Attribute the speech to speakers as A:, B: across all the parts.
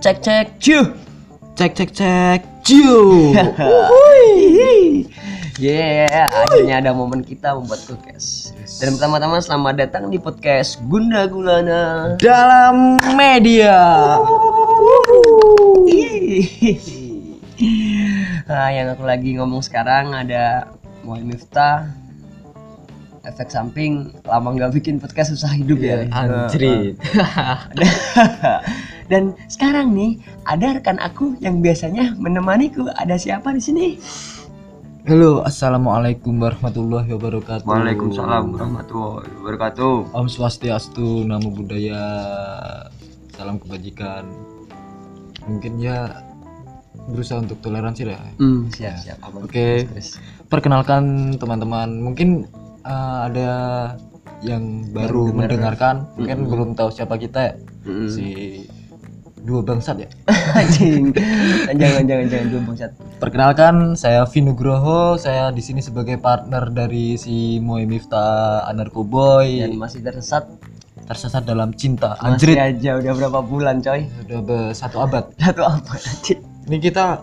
A: cek cek ciu
B: Cek cek cek. Ciu.
A: Wuhui. yeah akhirnya ada momen kita membuat podcast dan pertama-tama selamat datang di podcast Gunda Gulana
B: Dalam media.
A: nah, yang aku lagi ngomong sekarang ada Moy Miftah efek samping lama nggak bikin podcast susah hidup
B: Iya,
A: ya
B: Antri.
A: Dan sekarang nih ada rekan aku yang biasanya menemaniku. Ada siapa di sini?
B: Halo, assalamualaikum warahmatullahi wabarakatuh.
A: warahmatullahi wabarakatuh.
B: Om Swastiastu, Namo Buddhaya, salam kebajikan. Mungkin ya berusaha untuk toleransi lah.
A: Hmm,
B: Ya,
A: siap siap. Abang.
B: Oke.
A: Terus, terus.
B: Perkenalkan teman-teman, mungkin eh, ada yang baru
A: Baru dengar.
B: mendengarkan, mungkin
A: Mm-mm.
B: belum tahu siapa kita ya.
A: Hmm.
B: Si dua bangsat ya.
A: Anjing. jangan jangan jangan dulu bangsat.
B: Perkenalkan, saya Vinugroho. Saya di sini sebagai partner dari si Moe Miftah Anarko
A: Dan
B: Boy.
A: masih tersesat.
B: Tersesat dalam cinta.
A: Masih
B: Iya. Anjrit.
A: aja udah berapa bulan coy?
B: Sudah be- satu abad.
A: Satu apa tadi?
B: Ini kita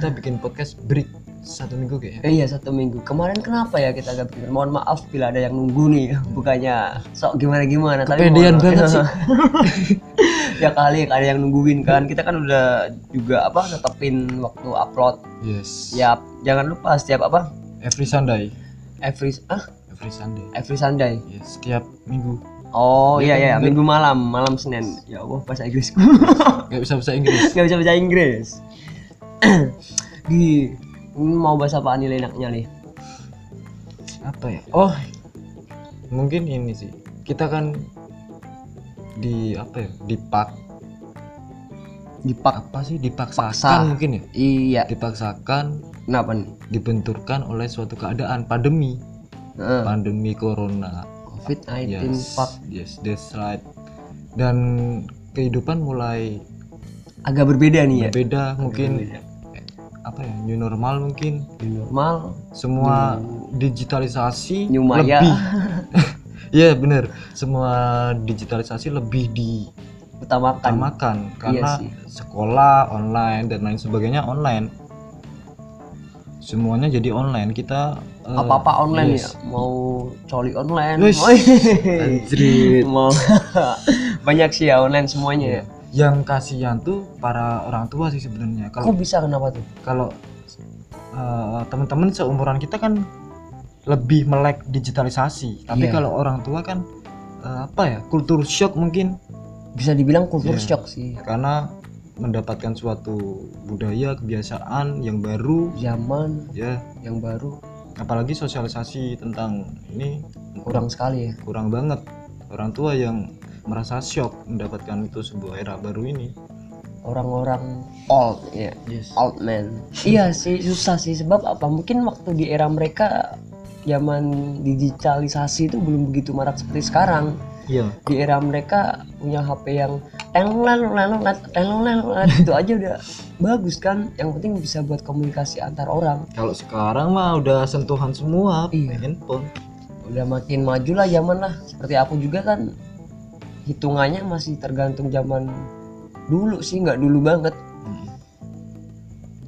B: kita bikin podcast break satu minggu kayaknya.
A: Eh, iya satu minggu. Kemarin kenapa ya kita agak bikin? Mohon maaf bila ada yang nunggu nih. Bukannya sok gimana gimana.
B: Kepedean banget sih.
A: ya kali ada yang nungguin kan. Kita kan udah juga apa netepin waktu upload.
B: Yes.
A: Siap. Jangan lupa setiap apa?
B: Every Sunday.
A: Every ah
B: Every Sunday.
A: every Sunday.
B: Yes, setiap minggu.
A: Oh iya iya
B: Iya, kan?
A: minggu malam malam Senin. Ya Allah bahasa Inggrisku.
B: Gak bisa bahasa Inggris.
A: Gak bisa bahasa Inggris. Di mau bahasa apaan nih enaknya nih?
B: Apa ya? Oh, mungkin ini sih. Kita kan di apa ya? Dipak
A: Dipak.
B: apa sih? Dipaksakan
A: Paksa.
B: mungkin ya.
A: Iya.
B: Dipaksakan
A: Kenapa nih?
B: dibenturkan oleh suatu keadaan pandemi
A: Heeh.
B: pandemi corona
A: COVID-19
B: yes
A: pak
B: yes that's right dan kehidupan mulai
A: agak berbeda nih ya.
B: berbeda mungkin
A: Berbeda.
B: apa ya new normal mungkin
A: normal.
B: semua
A: Hmm.
B: digitalisasi
A: New Maya.
B: lebih ya bener semua digitalisasi lebih
A: Utamakan.
B: diutamakan
A: Iya
B: karena
A: sih.
B: sekolah online dan lain sebagainya online semuanya jadi online kita eh,
A: Apa-apa online
B: yes.
A: ya. Mau coli online.
B: Wes.
A: Woi.
B: Anjrit.
A: mau banyak sih ya online semuanya ya.
B: Iya. yang kasihan tuh para orang tua sih sebenarnya kalau
A: Kok bisa kenapa tuh?
B: kalau eh, teman-teman seumuran kita kan lebih melek digitalisasi tapi
A: Iya.
B: kalau orang tua kan eh, apa ya kultur shock mungkin
A: Bisa dibilang kultur
B: Iya.
A: shock sih.
B: karena mendapatkan suatu budaya kebiasaan yang baru
A: Zaman
B: ya
A: yang baru
B: apalagi sosialisasi tentang ini
A: kurang sekali ya.
B: kurang banget orang tua yang merasa shock mendapatkan itu sebuah era baru ini
A: Orang-orang old ya,
B: yes
A: old man. iya sih, susah sih sebab apa? Mungkin waktu di era mereka zaman digitalisasi itu belum begitu marak seperti sekarang.
B: iya
A: di era mereka punya HP yang tengleng leng tengleng leng itu aja udah bagus kan yang penting bisa buat komunikasi antar orang
B: Kalau sekarang mah udah sentuhan semua
A: Iya.
B: handphone.
A: udah makin maju lah zaman lah seperti aku juga kan hitungannya masih tergantung zaman dulu sih nggak dulu banget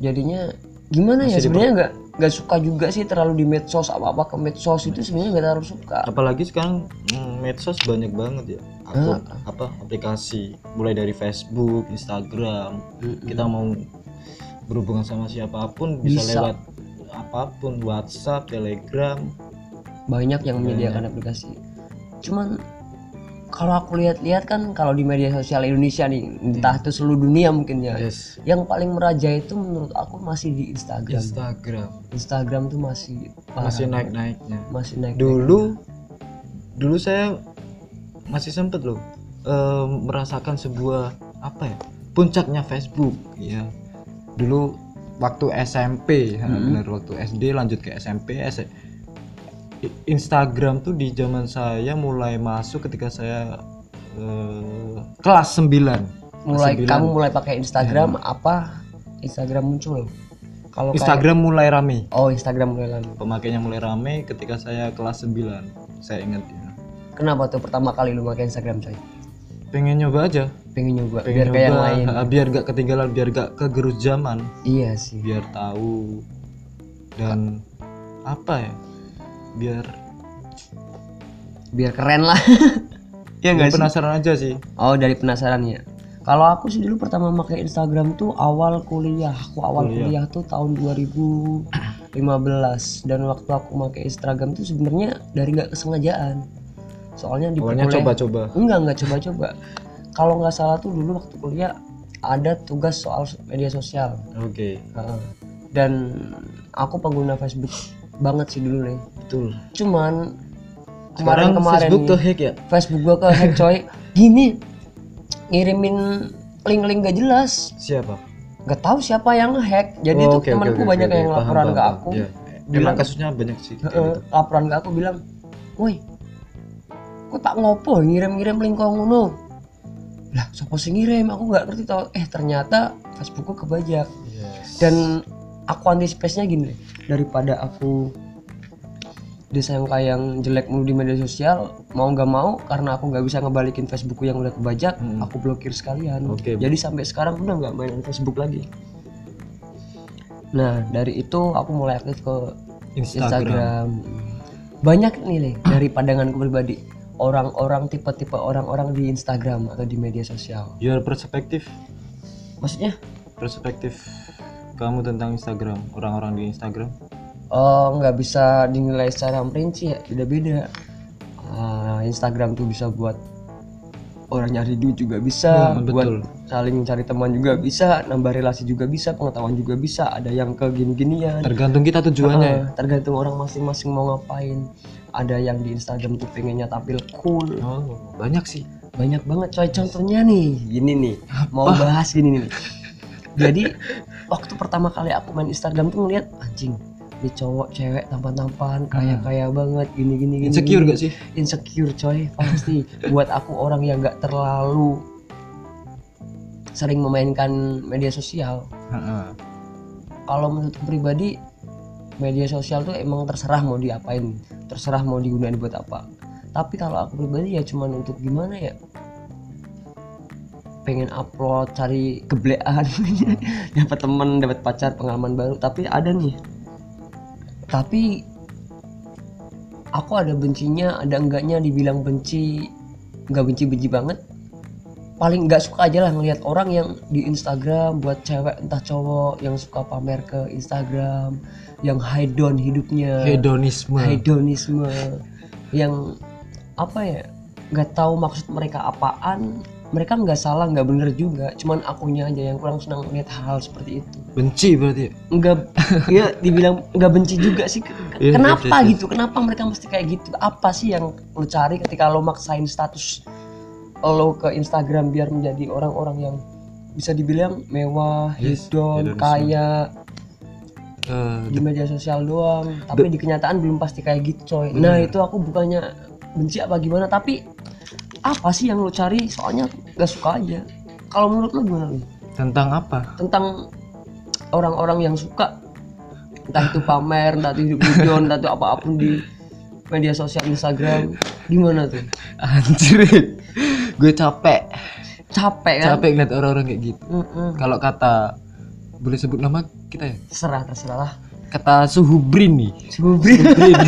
A: jadinya gimana ya
B: Masih di-
A: sebenarnya nggak nggak suka juga sih terlalu di medsos apa apa ke medsos itu sebenarnya nggak terlalu suka
B: Apalagi sekarang mm, medsos banyak banget ya. Akun- apa aplikasi mulai dari Facebook, Instagram. Kita mau berhubungan sama siapapun Hmm. bisa,
A: Bisa.
B: lewat apapun WhatsApp, Telegram.
A: banyak
B: Iya,
A: yang menyediakan aplikasi cuman kalau aku lihat-lihat kan kalau di media sosial Indonesia nih entah
B: Iya.
A: itu seluruh dunia mungkin ya
B: Yes.
A: yang paling merajai itu menurut aku masih di Instagram
B: Instagram
A: Instagram tuh masih parah.
B: masih naik-naiknya.
A: masih naik
B: Dulu dulu saya masih sempet loh eh, merasakan sebuah apa ya? puncaknya Facebook ya. Dulu waktu SMP, ha,
A: Mm-mm.
B: ya, bener waktu SD lanjut ke SMP. S- I- Instagram tuh di zaman saya mulai masuk ketika saya eh, kelas 9.
A: mulai
B: Sembilan. Iya.
A: kamu mulai pakai Instagram apa Instagram muncul kalau Oh, kayak-
B: Instagram mulai rame.
A: oh Instagram mulai lama
B: Pemakainya mulai rame ketika saya kelas 9. Saya ingat ya.
A: kenapa tuh pertama kali lu pakai Instagram coy
B: Pengen nyoba aja.
A: pengen nyoba
B: Pengen
A: biar kayak yang
B: nyoba,
A: lain gitu.
B: ha, biar gak ketinggalan biar gak kegerus zaman
A: iya sih
B: biar tahu dan apa ya biar
A: biar keren lah ya
B: biar
A: nggak sih
B: penasaran aja sih
A: oh dari penasaran ya kalau aku sih dulu pertama pakai Instagram tuh awal kuliah aku awal kuliah,
B: Kuliah.
A: tuh tahun 2015 dan waktu aku pakai Instagram tuh sebenarnya dari nggak kesengajaan soalnya di
B: awalnya
A: perkuliahan-
B: coba-coba
A: enggak enggak coba-coba kalau nggak salah tuh dulu waktu kuliah ada tugas soal media sosial
B: oke
A: Heeh. dan aku pengguna Facebook banget sih dulu nih
B: betul
A: cuman
B: sekarang
A: kemarin-kemarin
B: Facebook
A: nih,
B: tuh hack ya
A: Facebook gua ke hack coy gini ngirimin link-link gak jelas
B: siapa
A: gak tahu siapa yang hack jadi tuh
B: Oh, oke, oke,
A: temanku
B: oke,
A: banyak
B: oke,
A: yang
B: paham,
A: laporan
B: paham,
A: ke
B: paham.
A: aku
B: Iya.
A: bilang-
B: emang kasusnya banyak sih kayak
A: Heeh,
B: gitu.
A: laporan ke aku bilang woi kok tak ngopo ngirim-ngirim link kau ngono lah siapa sih ngirim aku nggak ngerti tau eh ternyata Facebookku kebajak
B: Yes.
A: dan aku antisipasinya gini deh, daripada aku disangka yang jelek mulu di media sosial mau nggak mau karena aku nggak bisa ngebalikin Facebookku yang udah kebajak
B: Hmm.
A: aku blokir sekalian
B: Oke.
A: jadi sampai sekarang udah nggak mainin Facebook lagi nah dari itu aku mulai aktif ke
B: Instagram,
A: Instagram. Banyak nih Le, dari pandanganku pribadi orang-orang tipe-tipe orang-orang di Instagram atau di media sosial.
B: your perspective
A: Maksudnya
B: perspektif kamu tentang Instagram orang-orang di Instagram
A: eh, nggak bisa dinilai secara merinci ya, beda-beda. Ah, Instagram tuh bisa buat orang nyari duit juga bisa,
B: Hmm,
A: Iya. buat
B: betul.
A: saling cari teman juga bisa, nambah relasi juga bisa, pengetahuan juga bisa. Ada yang ke gini-ginian,
B: tergantung kita tujuannya ya.
A: Heeh, tergantung orang masing-masing mau ngapain. Ada yang di Instagram tuh pengennya tampil cool,
B: ya. oh, banyak sih
A: banyak banget coy contohnya nih gini nih mau bahas gini nih jadi waktu pertama kali aku main Instagram tuh ngeliat anjing ini cowok cewek tampan tampan kaya kaya banget gini gini gini
B: insecure
A: gini.
B: gak sih
A: insecure coy pasti buat aku orang yang nggak terlalu sering memainkan media sosial kalau menurutku pribadi media sosial tuh emang terserah mau diapain terserah mau digunain buat apa tapi kalau aku pribadi ya cuman untuk gimana ya pengen upload cari keblean dapat teman dapat pacar pengalaman baru tapi ada nih tapi aku ada bencinya ada enggaknya dibilang benci enggak benci benci banget paling nggak suka aja lah ngelihat orang yang di Instagram buat cewek entah cowok yang suka pamer ke Instagram yang hedon hidupnya
B: hedonisme
A: hedonisme yang apa ya nggak tahu maksud mereka apaan mereka nggak salah nggak bener juga cuman akunya aja yang kurang senang melihat hal, seperti itu
B: benci berarti ya?
A: nggak ya dibilang nggak benci juga sih Ke-
B: Iya,
A: kenapa
B: iya, iya.
A: gitu kenapa mereka mesti kayak gitu apa sih yang lo cari ketika lo maksain status lo ke Instagram biar menjadi orang-orang yang bisa dibilang mewah,
B: Yes,
A: hedon,
B: hedonisme.
A: kaya,
B: Eh,
A: di media sosial doang tapi di kenyataan belum pasti kayak gitu coy nah itu aku bukannya benci apa gimana tapi apa sih yang lo cari soalnya gak suka aja kalau menurut lo gimana Wi?
B: tentang apa
A: tentang orang-orang yang suka entah itu pamer entah itu hidup hedon entah itu apapun di media sosial Instagram gimana tuh
B: anjir gue capek
A: capek kan
B: capek ngeliat orang-orang kayak gitu
A: Mm-mm.
B: kalau kata boleh sebut nama kita ya
A: terserah terserah lah
B: kata Suhubrin nih
A: Subri
B: Brin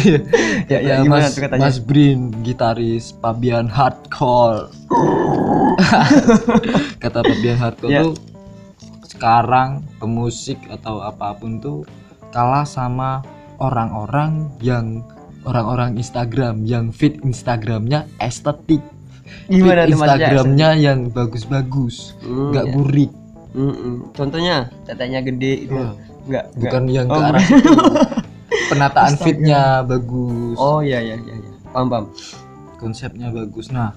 A: Ya,
B: ya,
A: ya,
B: Kata
A: gimana
B: Mas,
A: tuh katanya?
B: Mas Brin gitaris Pabian Hardcore kata Pabian Hardcore
A: Ya.
B: tuh sekarang pemusik atau apapun tuh kalah sama orang-orang yang orang-orang Instagram yang fit Instagramnya estetik
A: gimana
B: fit
A: tuh maksudnya?
B: Instagramnya yang bagus-bagus
A: Hmm,
B: nggak
A: ya.
B: burik
A: Mm-mm. contohnya tetenya gede itu
B: Wah.
A: nggak Iya. nggak.
B: bukan yang ke
A: Oh,
B: arah situ. penataan
A: Instagram.
B: fitnya bagus
A: Oh iya iya iya iya. Paham paham.
B: konsepnya bagus nah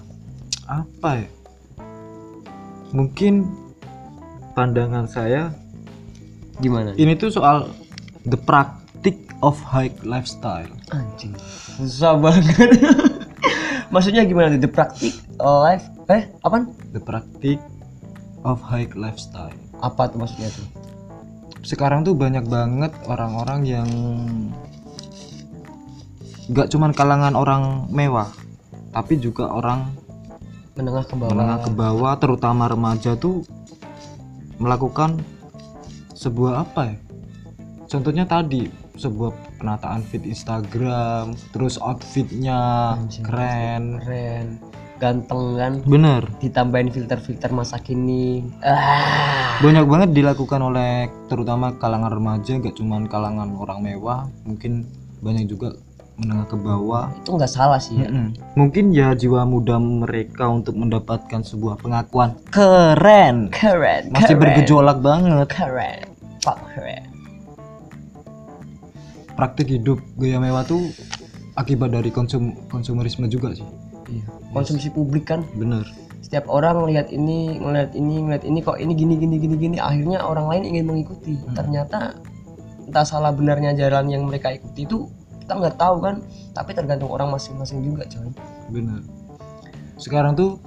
B: apa ya mungkin pandangan saya
A: Gimana?
B: ini tuh soal the practice of high lifestyle
A: Anjing. Susah banget. Maksudnya gimana tuh? The praktik life eh apa?
B: the practice of high lifestyle
A: Apa tuh maksudnya tuh?
B: sekarang tuh banyak banget orang-orang yang nggak cuman kalangan orang mewah tapi juga orang
A: menengah ke bawah
B: menengah ke bawah terutama remaja tuh melakukan sebuah apa ya contohnya tadi sebuah penataan feed Instagram terus outfitnya
A: Anjing,
B: keren
A: keren ganteng kan
B: bener
A: ditambahin filter-filter masa kini ah
B: banyak banget dilakukan oleh terutama kalangan remaja gak cuman kalangan orang mewah mungkin banyak juga menengah ke bawah
A: itu nggak salah sih ya
B: Mm-mm. mungkin ya jiwa muda mereka untuk mendapatkan sebuah pengakuan keren
A: keren
B: masih
A: keren,
B: bergejolak banget
A: keren Pak keren
B: praktik hidup gaya mewah tuh akibat dari konsum konsumerisme juga sih
A: konsumsi publik kan
B: bener
A: setiap orang ngelihat ini ngelihat ini ngelihat ini kok ini gini gini gini gini akhirnya orang lain ingin mengikuti
B: Hmm.
A: ternyata entah salah benarnya jalan yang mereka ikuti itu kita nggak tahu kan tapi tergantung orang masing-masing juga coy
B: bener sekarang tuh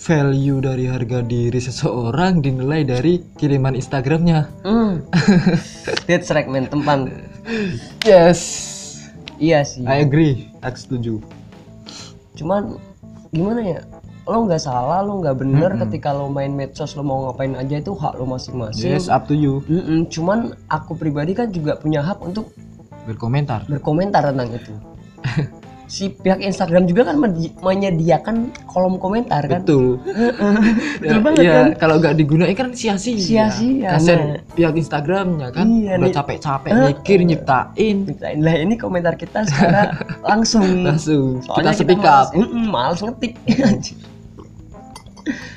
B: value dari harga diri seseorang dinilai dari kiriman Instagramnya
A: hmm. that's right man tempan
B: yes
A: iya sih
B: I agree aku setuju
A: cuman gimana ya lo nggak salah lo nggak bener
B: Mm-mm.
A: ketika lo main medsos lo mau ngapain aja itu hak lo masing-masing
B: yes ah. up to you
A: Mm-mm, cuman aku pribadi kan juga punya hak untuk
B: berkomentar
A: berkomentar tentang itu. si pihak Instagram juga kan medi- menyediakan kolom komentar kan.
B: betul
A: Betul
B: Ya,
A: banget
B: iya,
A: kan.
B: kalau nggak digunain kan sia-sia
A: Sia-sia,
B: kasian
A: nah.
B: pihak Instagramnya kan
A: Iya,
B: udah
A: nih.
B: capek-capek
A: Eh.
B: mikir nyiptain
A: Ceritain Lah Nah, ini komentar kita secara langsung.
B: langsung
A: Soalnya
B: kita speak
A: malas,
B: up
A: mm-mm, malas ngetik. Anjir.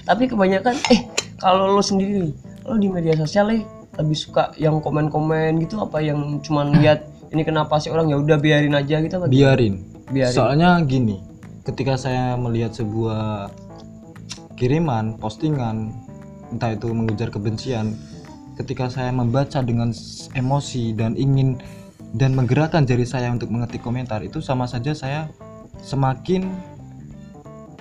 A: Tapi kebanyakan eh kalau lo sendiri nih, lo di media sosial eh lebih suka yang komen-komen gitu apa yang cuman lihat ini kenapa sih orang ya udah biarin aja gitu apa?
B: biarin.
A: Biarin.
B: soalnya gini ketika saya melihat sebuah kiriman postingan entah itu mengejar kebencian ketika saya membaca dengan s- emosi dan ingin dan menggerakkan jari saya untuk mengetik komentar itu sama saja saya semakin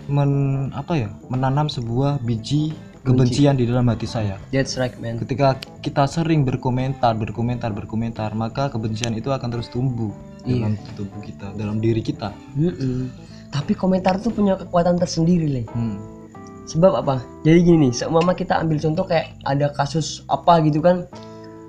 B: men apa ya menanam sebuah biji
A: Benci. Hmm.
B: kebencian di dalam hati saya
A: That's right man.
B: ketika kita sering berkomentar berkomentar berkomentar maka kebencian itu akan terus tumbuh
A: Iya.
B: dalam tubuh kita dalam diri kita
A: Mm-mm. Tapi komentar tuh punya kekuatan tersendiri, Le.
B: Hmm.
A: Sebab apa? Jadi gini, seumpama kita ambil contoh kayak ada kasus apa gitu kan,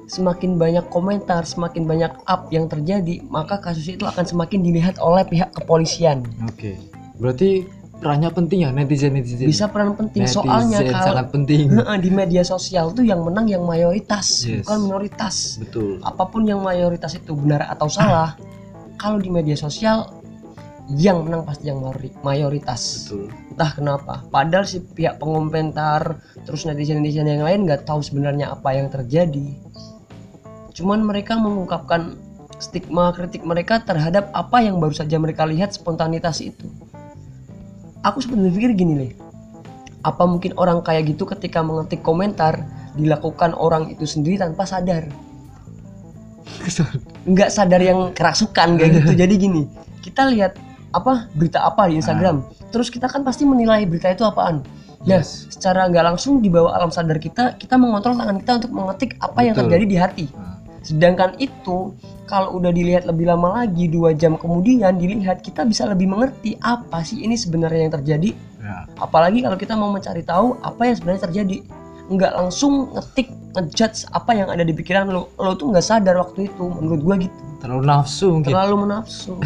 A: semakin banyak komentar, semakin banyak up yang terjadi, maka kasus itu akan semakin dilihat oleh pihak kepolisian.
B: Oke. Berarti perannya penting ya netizen netizen.
A: Bisa peran penting
B: netizen
A: soalnya kalau
B: sangat penting.
A: Heeh, di media sosial tuh yang menang yang mayoritas,
B: Yes.
A: bukan minoritas.
B: Betul.
A: Apapun yang mayoritas itu benar atau salah, kalau di media sosial yang menang pasti yang mayori- mayoritas.
B: Betul.
A: entah kenapa padahal si pihak pengomentar terus netizen netizen yang lain nggak tahu sebenarnya apa yang terjadi cuman mereka mengungkapkan stigma kritik mereka terhadap apa yang baru saja mereka lihat spontanitas itu aku sempat berpikir gini nih apa mungkin orang kayak gitu ketika mengetik komentar dilakukan orang itu sendiri tanpa sadar nggak sadar yang kerasukan kayak gitu jadi gini kita lihat apa berita apa di Instagram terus kita kan pasti menilai berita itu apaan nah
B: Yes.
A: secara nggak langsung di bawah alam sadar kita kita mengontrol tangan kita untuk mengetik apa yang
B: Betul.
A: terjadi di hati
B: Nah,
A: sedangkan itu kalau udah dilihat lebih lama lagi dua jam kemudian dilihat kita bisa lebih mengerti apa sih ini sebenarnya yang terjadi
B: ya.
A: apalagi kalau kita mau mencari tahu apa yang sebenarnya terjadi nggak langsung ngetik ngejudge apa yang ada di pikiran lo lo tuh nggak sadar waktu itu menurut gua gitu
B: Terlalu nafsu mungkin
A: terlalu menafsu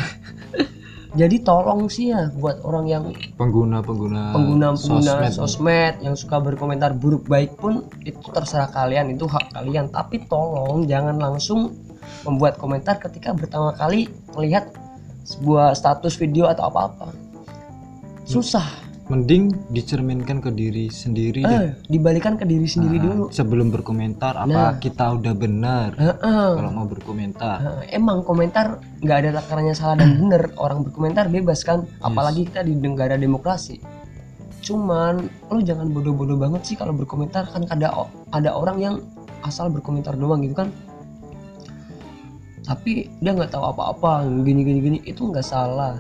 A: jadi tolong sih ya buat orang yang
B: pengguna pengguna
A: pengguna pengguna sosmed,
B: sosmed.
A: yang suka berkomentar buruk baik pun itu terserah kalian itu hak kalian tapi tolong jangan langsung membuat komentar ketika pertama kali melihat sebuah status video atau apa apa susah
B: Mending dicerminkan ke diri sendiri
A: eh,
B: deh.
A: dibalikan ke diri sendiri
B: Nah,
A: dulu
B: Sebelum berkomentar apa
A: Nah. Eh.
B: kita udah benar
A: Heeh.
B: kalau mau berkomentar.
A: Nah, emang komentar nggak ada takarannya salah dan benar orang berkomentar bebas kan apalagi kita di negara demokrasi cuman lo jangan bodoh-bodoh banget sih kalau berkomentar kan ada o- ada orang yang asal berkomentar doang gitu kan tapi dia nggak tahu apa-apa gini gini gini itu nggak salah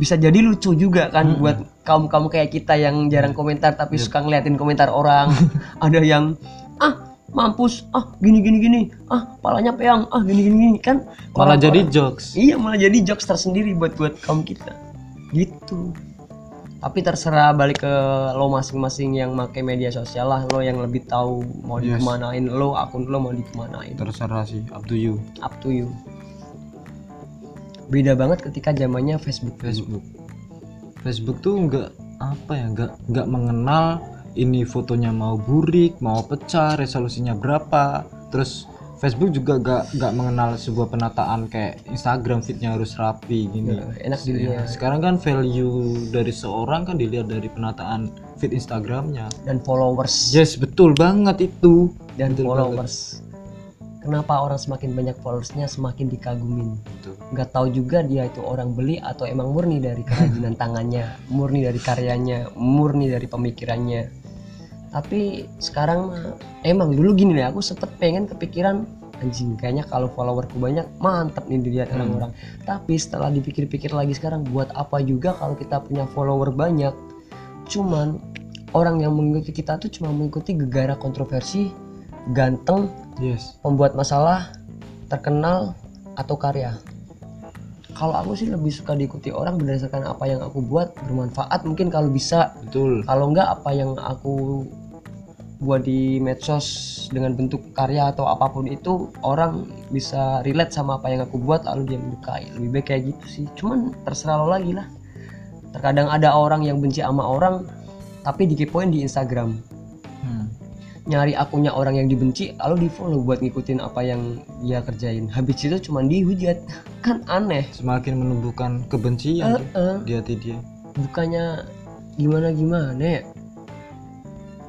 A: bisa jadi lucu juga kan
B: Mm-mm.
A: buat kaum kaum kayak kita yang jarang komentar tapi
B: Yep.
A: suka ngeliatin komentar orang ada yang ah mampus ah gini gini gini ah palanya peyang ah gini gini, gini. kan
B: Malah
A: orang-orang-
B: jadi jokes.
A: iya malah jadi jokes tersendiri buat buat kaum kita gitu tapi terserah balik ke lo masing-masing yang make media sosial lah lo yang lebih tahu mau
B: Yes.
A: dikemanain lo akun lo mau dikemanain
B: terserah sih up to you
A: up to you beda banget ketika zamannya Facebook
B: Facebook Facebook tuh nggak apa ya nggak nggak mengenal ini fotonya mau burik mau pecah resolusinya berapa terus Facebook juga nggak nggak mengenal sebuah penataan kayak Instagram fitnya harus rapi gini
A: Ya, enak dilihat
B: sekarang kan value dari seorang kan dilihat dari penataan feed Instagramnya
A: dan followers
B: yes betul banget itu
A: dan
B: betul
A: followers kenapa orang semakin banyak followersnya semakin dikagumin
B: Betul.
A: nggak tahu juga dia itu orang beli atau emang murni dari kerajinan tangannya murni dari karyanya murni dari pemikirannya tapi sekarang mah emang dulu gini deh aku sempet pengen kepikiran anjing kayaknya kalau followerku banyak mantep nih dilihat
B: Hmm.
A: orang-orang tapi setelah dipikir-pikir lagi sekarang buat apa juga kalau kita punya follower banyak cuman orang yang mengikuti kita tuh cuma mengikuti gegara kontroversi ganteng
B: yes
A: pembuat masalah terkenal atau karya kalau aku sih lebih suka diikuti orang berdasarkan apa yang aku buat bermanfaat mungkin kalau bisa
B: betul
A: kalau enggak apa yang aku buat di medsos dengan bentuk karya atau apapun itu orang bisa relate sama apa yang aku buat lalu dia menyukai lebih baik kayak gitu sih cuman terserah lo lagi lah terkadang ada orang yang benci sama orang tapi dikepoin di Instagram
B: Hmm.
A: nyari akunnya orang yang dibenci lalu di follow buat ngikutin apa yang dia kerjain habis itu cuman dihujat kan aneh
B: semakin menumbuhkan
A: Eh,
B: kebencian
A: eh,
B: tuh di hati dia
A: bukannya gimana gimana ya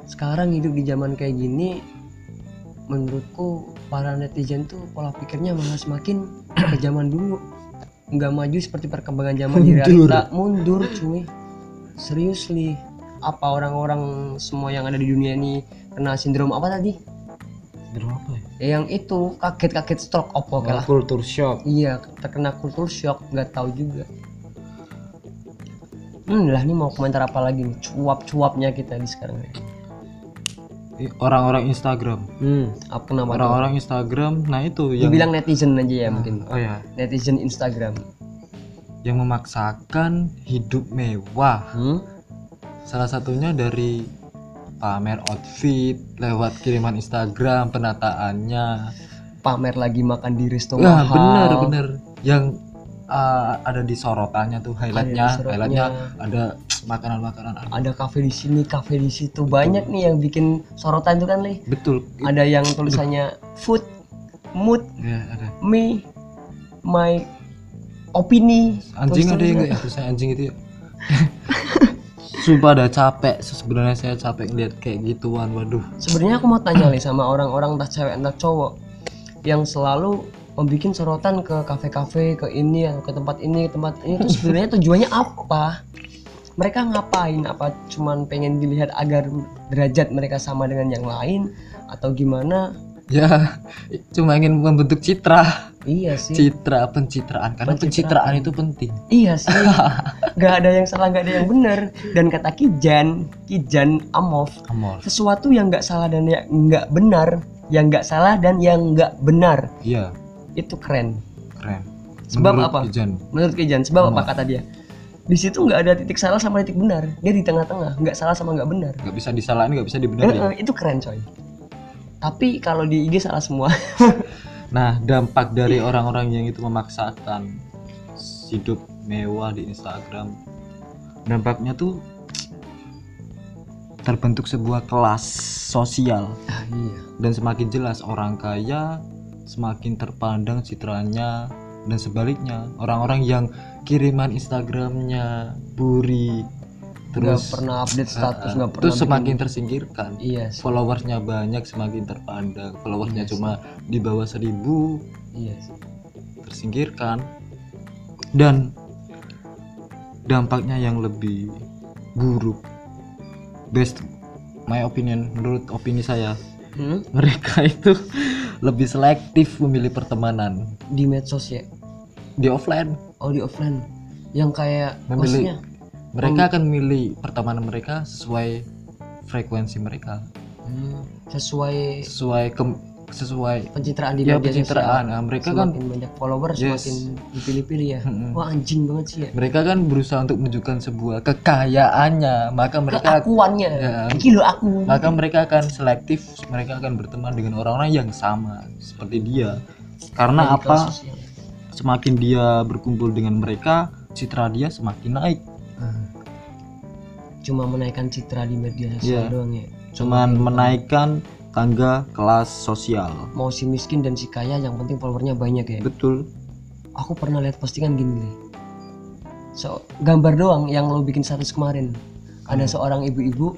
A: sekarang hidup di zaman kayak gini menurutku para netizen tuh pola pikirnya malah semakin ke zaman dulu nggak maju seperti perkembangan zaman di
B: Mundur.
A: realita mundur cuy serius nih apa orang-orang semua yang ada di dunia ini kena sindrom apa tadi
B: Sindrom apa ya?
A: Ya, yang itu kaget-kaget stroke opo oke lah
B: Kultur shock.
A: iya terkena kultur shock nggak tahu juga hmm lah ini mau komentar apa lagi nih cuap-cuapnya kita di sekarang nih.
B: Eh, Orang-orang Instagram.
A: hmm apa nama orang
B: Orang-orang Instagram. Nah itu yang
A: dibilang netizen aja ya mungkin
B: Oh ya,
A: netizen Instagram
B: yang memaksakan hidup mewah.
A: hmm
B: Salah satunya dari pamer outfit lewat kiriman Instagram penataannya.
A: pamer lagi makan di Iya, resto
B: Nah,
A: mahal
B: bener bener. Yang uh, ada di sorotannya
A: Ada
B: tuh
A: di
B: highlightnya,
A: sorotnya.
B: highlightnya ada makanan-makanan. ada.
A: ada kafe di sini kafe di situ banyak nih yang bikin sorotan itu kan lih
B: Betul.
A: ada yang tulisannya food mood
B: Ya, ada.
A: me my opini
B: anjing
A: Terus
B: ada yang
A: tuh-
B: nggak ya tulisannya anjing itu ya sumpah ada capek sebenarnya saya capek ngeliat kayak gituan waduh
A: sebenarnya aku mau tanya nih sama orang-orang entah cewek entah cowok yang selalu membuat sorotan ke kafe-kafe ke ini atau ke tempat ini ke tempat ini itu sebenarnya tujuannya apa mereka ngapain apa cuman pengen dilihat agar derajat mereka sama dengan yang lain atau gimana
B: ya cuma ingin membentuk citra
A: iya sih
B: citra pencitraan karena
A: Pencitraan.
B: pencitraan, itu penting
A: iya sih nggak ada yang salah nggak ada yang benar dan kata Kijan Kijan Amov
B: amor
A: sesuatu yang nggak salah dan yang nggak benar yang nggak salah dan yang nggak benar
B: iya
A: itu keren
B: keren
A: Sebab
B: Menurut
A: apa?
B: Ijan,
A: menurut Kejan sebab
B: Benar.
A: apa kata dia di situ nggak ada titik salah sama titik benar dia di tengah-tengah nggak salah sama nggak benar
B: nggak bisa disalahin nggak bisa dibenerin
A: Eh, eh, itu keren coy tapi kalau di IG salah semua
B: nah dampak dari orang-orang yang itu memaksakan hidup mewah di Instagram dampaknya tuh terbentuk sebuah kelas sosial
A: ah, iya
B: dan semakin jelas orang kaya semakin terpandang citranya dan sebaliknya orang-orang yang kiriman Instagramnya buri
A: nggak
B: terus
A: pernah update status
B: Ah,
A: nggak pernah
B: terus
A: bikin-
B: semakin tersingkirkan
A: iya sih,
B: followersnya banyak semakin terpandang followersnya
A: Iya sih.
B: cuma di bawah seribu
A: iya sih.
B: tersingkirkan dan dampaknya yang lebih buruk best my opinion menurut opini saya
A: Hmm?
B: mereka itu lebih selektif memilih pertemanan
A: di medsos ya
B: di offline
A: oh di offline yang kayak
B: Memilih.
A: maksudnya
B: mereka akan milih pertemanan mereka sesuai frekuensi mereka
A: hmm, sesuai
B: sesuai ke sesuai
A: pencitraan di
B: ya
A: media
B: pencitraan
A: sosial.
B: Nah, mereka kan
A: semakin banyak followers
B: Yes.
A: semakin dipilih-pilih ya
B: Mm-mm.
A: wah anjing banget sih ya
B: mereka kan berusaha untuk menunjukkan sebuah kekayaannya maka mereka
A: keakuannya
B: Ya. kan
A: ini lo aku
B: maka mereka akan selektif mereka akan berteman dengan orang-orang yang sama seperti dia karena
A: Radikal
B: apa
A: sosial.
B: semakin dia berkumpul dengan mereka citra dia semakin naik
A: cuma menaikkan citra di media sosial
B: Iya.
A: doang ya
B: cuman menaikkan tangga kelas sosial
A: mau si miskin dan si kaya yang penting followernya banyak ya
B: betul
A: aku pernah lihat postingan gini nih so gambar doang yang lo bikin status kemarin ada
B: Hmm.
A: seorang ibu-ibu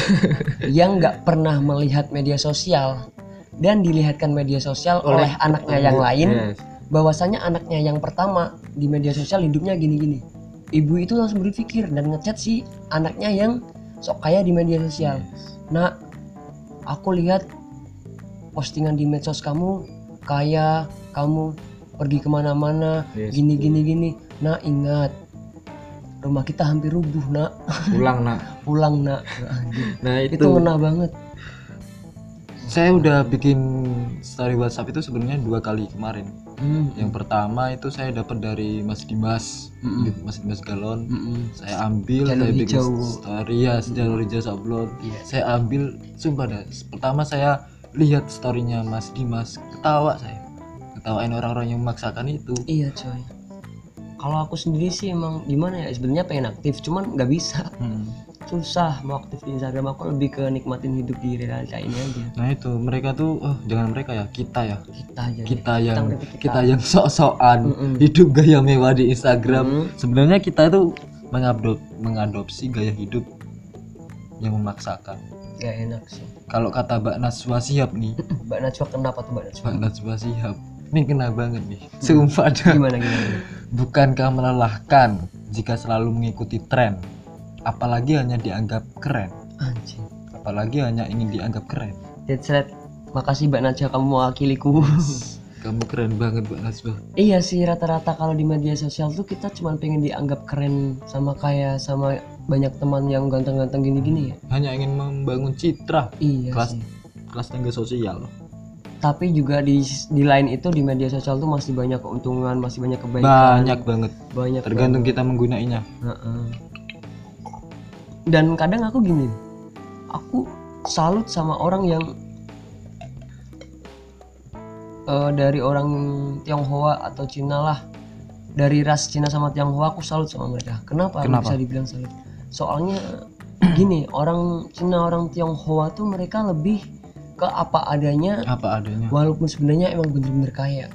A: yang nggak pernah melihat media sosial dan dilihatkan media sosial oleh,
B: Oleh iya.
A: anaknya yang lain
B: Yes.
A: bahwasanya anaknya yang pertama di media sosial hidupnya gini-gini ibu itu langsung berpikir dan ngechat si anaknya yang sok kaya di media sosial Nah, aku lihat postingan di medsos kamu kaya, kamu pergi kemana-mana,
B: Yes,
A: gini gini gini. Nah ingat, rumah kita hampir rubuh nak,
B: pulang nak
A: pulang nak. Nah, anjing.
B: nah
A: itu ngena banget.
B: saya udah bikin story WhatsApp itu sebenarnya dua kali kemarin
A: Hmm,
B: yang pertama itu saya dapat dari Mas Dimas
A: Mm-mm.
B: Mas Dimas Galon
A: mm-mm.
B: saya ambil
A: Hmm. Jalur
B: saya bikin
A: hijau.
B: story ya jalur hijau saya upload
A: Iya.
B: saya ambil sumpah dah pertama saya lihat storynya Mas Dimas ketawa saya ketawain orang-orang yang memaksakan itu
A: Iya coy. Kalau aku sendiri sih emang gimana ya sebenarnya pengen aktif, cuman nggak bisa.
B: Hmm.
A: Susah mau aktif di Instagram aku lebih ke nikmatin hidup di realita ini aja.
B: nah itu mereka tuh oh, jangan mereka ya kita ya
A: Iya, Kita aja. deh.
B: kita yang
A: ngerti
B: kita, yang sok-sokan
A: Mm-mm.
B: hidup gaya mewah di Instagram
A: Mm.
B: sebenarnya kita itu mengabdo- mengadopsi gaya hidup yang memaksakan
A: Nggak enak sih.
B: kalau kata Mbak Naswa Sihab nih
A: Mbak Najwa kenapa tuh Mbak Najwa?
B: Mbak Najwa Sihab ini kena banget nih sumpah dah.
A: Gimana gimana?
B: Bukankah melelahkan jika selalu mengikuti tren? Apalagi hanya dianggap keren.
A: Anjing.
B: Apalagi hanya ingin dianggap keren.
A: That's right. Makasih Mbak Najwa kamu mewakiliku.
B: Kamu keren banget, Mbak Nasbah.
A: iya sih rata-rata kalau di media sosial tuh kita cuman pengen dianggap keren sama kaya sama banyak teman yang ganteng-ganteng gini-gini ya.
B: Hanya ingin membangun citra
A: Iya
B: Kelas.
A: sih.
B: kelas tangga sosial.
A: Tapi juga di di lain itu di media sosial tuh masih banyak keuntungan, masih banyak kebaikan.
B: Banyak banget.
A: Banyak.
B: Tergantung kita menggunainya.
A: Heeh. Dan kadang aku gini, aku salut sama orang yang eh, dari orang Tionghoa atau Cina lah, dari ras Cina sama Tionghoa aku salut sama mereka. Kenapa, aku
B: Kenapa?
A: bisa dibilang salut? Soalnya gini, orang Cina orang Tionghoa tuh mereka lebih ke apa adanya,
B: Apa adanya.
A: walaupun sebenarnya emang bener-bener kaya.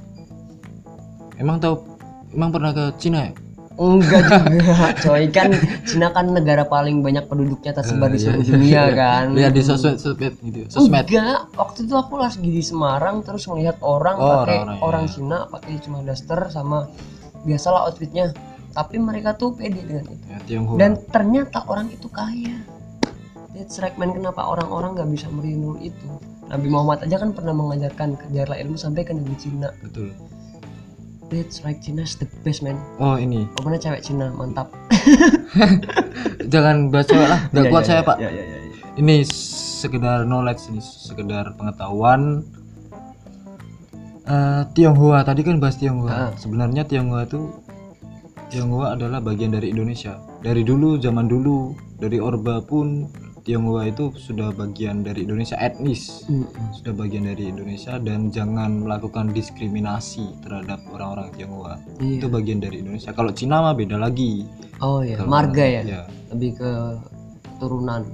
B: Emang tahu emang pernah ke Cina ya?
A: Enggak juga, coy kan Cina kan negara paling banyak penduduknya tersebar di
B: Eh,
A: seluruh
B: iya,
A: dunia
B: iya.
A: kan.
B: Lihat di sosmed sosmed gitu. Sosmed.
A: Enggak, waktu itu aku lagi di Semarang terus melihat orang
B: Oh,
A: pakai
B: orang-orang, iya.
A: orang Cina pakai cuma daster sama biasalah outfitnya, tapi mereka tuh pede dengan itu.
B: Ya, Tionghoa.
A: Dan ternyata orang itu kaya. That's right man, kenapa orang-orang nggak bisa merindu itu? Nabi Muhammad aja kan pernah mengajarkan kejarlah ilmu sampai ke negeri Cina.
B: betul.
A: That's right, Cina is the best man.
B: Oh, ini.
A: Pokoknya cewek Cina mantap.
B: Jangan bahas cewek lah. Enggak
A: Iya,
B: kuat
A: iya,
B: saya,
A: iya,
B: Pak.
A: iya, iya, iya.
B: ini sekedar knowledge ini sekedar pengetahuan Eh, Tionghoa tadi kan bahas Tionghoa
A: Ah.
B: sebenarnya Tionghoa itu Tionghoa adalah bagian dari Indonesia dari dulu zaman dulu dari Orba pun Tionghoa itu sudah bagian dari Indonesia etnis
A: Mm-mm.
B: sudah bagian dari Indonesia dan jangan melakukan diskriminasi terhadap orang-orang Tionghoa
A: Iya.
B: itu bagian dari Indonesia kalau Cina mah beda lagi
A: Oh ya,
B: Kalau-
A: marga ya.
B: ya.
A: Lebih ke turunan.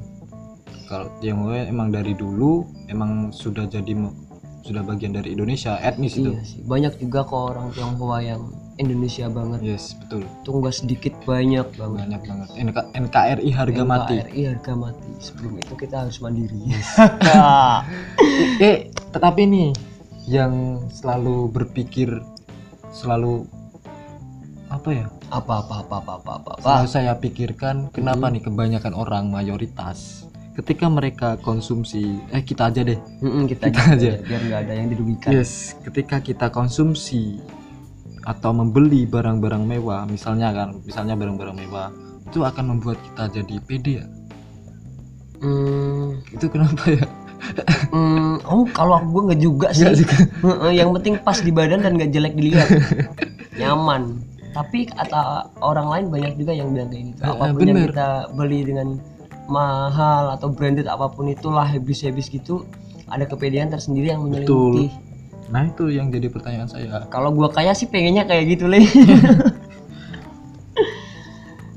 B: kalau Tionghoa emang dari dulu emang sudah jadi me- sudah bagian dari Indonesia etnis itu
A: Iya sih. Banyak juga kok orang Tionghoa yang Indonesia banget.
B: yes betul
A: Tuh nggak sedikit banyak banget.
B: banyak banget NK- NKRI harga mati
A: NKRI harga mati. Sebelum itu kita harus mandiri.
B: eh tetapi nih yang selalu berpikir selalu apa ya
A: apa apa apa apa apa apa. apa.
B: selalu saya pikirkan kenapa nih kebanyakan orang mayoritas ketika mereka konsumsi eh kita aja deh
A: Mm-mm, kita,
B: Kita
A: gitu
B: aja. Iya.
A: aja, biar nggak ada yang dirugikan.
B: Yes, ketika kita konsumsi atau membeli barang-barang mewah, misalnya kan, misalnya barang-barang mewah, itu akan membuat kita jadi pede ya.
A: Hmm,
B: Itu kenapa ya?
A: Hmm, oh kalau aku gue nggak juga sih.
B: Nggak juga.
A: Heeh, yang penting pas di badan dan nggak jelek dilihat. Nyaman. Tapi kata orang lain banyak juga yang bilang kayak gitu.
B: Ah, ah,
A: Apapun yang
B: bener.
A: kita beli dengan mahal atau branded apapun itulah habis-habis gitu ada kepedean tersendiri yang menyelimuti.
B: Nah itu yang jadi pertanyaan saya.
A: Kalau gua kaya sih pengennya kayak gitu, Le.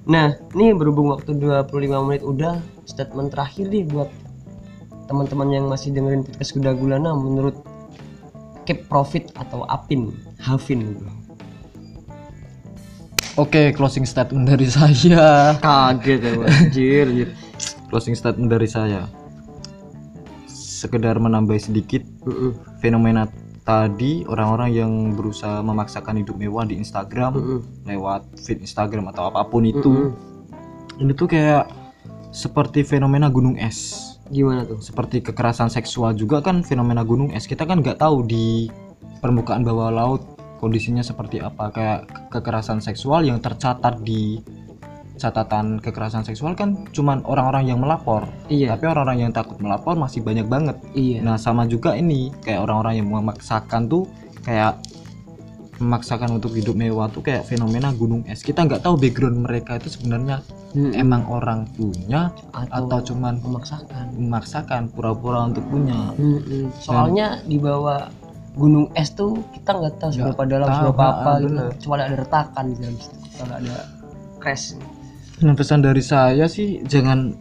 A: nah, ini berhubung waktu 25 menit udah statement terakhir nih buat teman-teman yang masih dengerin podcast Kuda Gulana menurut Keep Profit atau Apin, Hafin gitu.
B: Oke closing statement dari saya.
A: Kaget ya, anjir, anjir.
B: Closing statement dari saya. Sekedar menambah sedikit fenomena tadi orang-orang yang berusaha memaksakan hidup mewah di Instagram lewat feed Instagram atau apapun itu
A: Itu
B: ini tuh kayak seperti fenomena gunung es
A: gimana tuh?
B: seperti kekerasan seksual juga kan fenomena gunung es kita kan nggak tahu di permukaan bawah laut kondisinya seperti apa kayak ke- kekerasan seksual yang tercatat di catatan kekerasan seksual kan cuman orang-orang yang melapor
A: Iya,
B: tapi orang-orang yang takut melapor masih banyak banget
A: iya.
B: nah sama juga ini kayak orang-orang yang memaksakan tuh kayak memaksakan untuk hidup mewah tuh kayak fenomena gunung es kita nggak tahu background mereka itu sebenarnya
A: Mm,
B: emang orang punya
A: atau,
B: atau cuman
A: memaksakan.
B: memaksakan pura-pura untuk punya
A: Mm-mm. Soalnya di bawah gunung es tuh kita nggak tahu
B: Nggak
A: seberapa dalam
B: tahu,
A: seberapa
B: ah,
A: apa gitu.
B: bener.
A: Kecuali ada retakan di dalam situ. Kalau ada crash.
B: nah pesan dari saya sih jangan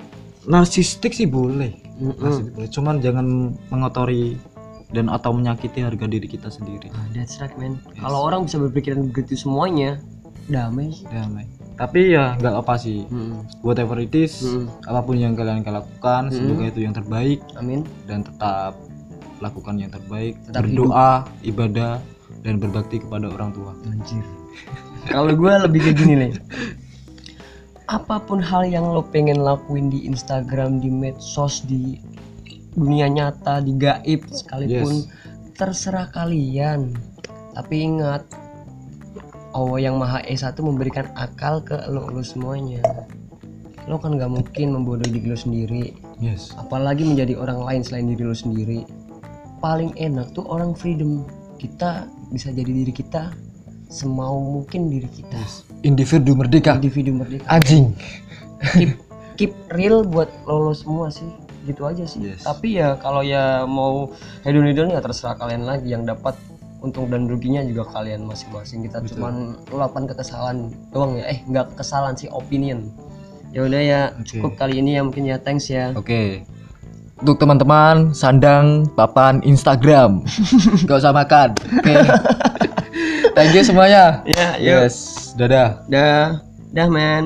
B: narsistik sih boleh
A: Hmm.
B: Narsistik boleh cuman jangan mengotori dan atau menyakiti harga diri kita sendiri
A: Ah, that's right man.
B: Yes.
A: Kalau orang bisa berpikiran begitu semuanya, damai sih.
B: ya Mai. tapi ya nggak apa sih
A: Mm-mm.
B: whatever it is
A: Mm-mm.
B: apapun yang kalian lakukan semoga itu yang terbaik
A: Amin.
B: dan tetap lakukan yang terbaik
A: Tetap
B: berdoa ibadah dan berbakti kepada orang tua
A: Anjir. Kalau gue lebih kayak gini nih. Apapun hal yang lo pengen lakuin di Instagram, di medsos, di dunia nyata, di gaib sekalipun, terserah kalian. Tapi ingat, Allah yang Maha Esa itu memberikan akal ke lo, lo semuanya. Lo kan gak mungkin membodohi diri lo sendiri
B: yes
A: apalagi menjadi orang lain selain diri lo sendiri paling enak tuh orang freedom kita bisa jadi diri kita semau mungkin diri kita
B: individu merdeka
A: individu merdeka
B: anjing
A: keep keep real buat lo, lo semua sih gitu aja sih
B: Yes.
A: tapi ya kalau ya mau hedon hedon ya terserah kalian lagi yang dapat untung dan ruginya juga kalian masing-masing kita
B: Betul.
A: cuman ulapan kekesalan doang ya eh nggak kekesalan sih opinion ya udah ya
B: Oke.
A: cukup kali ini ya mungkin ya thanks ya
B: Oke. Untuk teman-teman, sandang, papan, Instagram. Gak usah makan. Oke. Thank you semuanya.
A: ya yuk
B: Yes. Dadah.
A: Dah, dah man.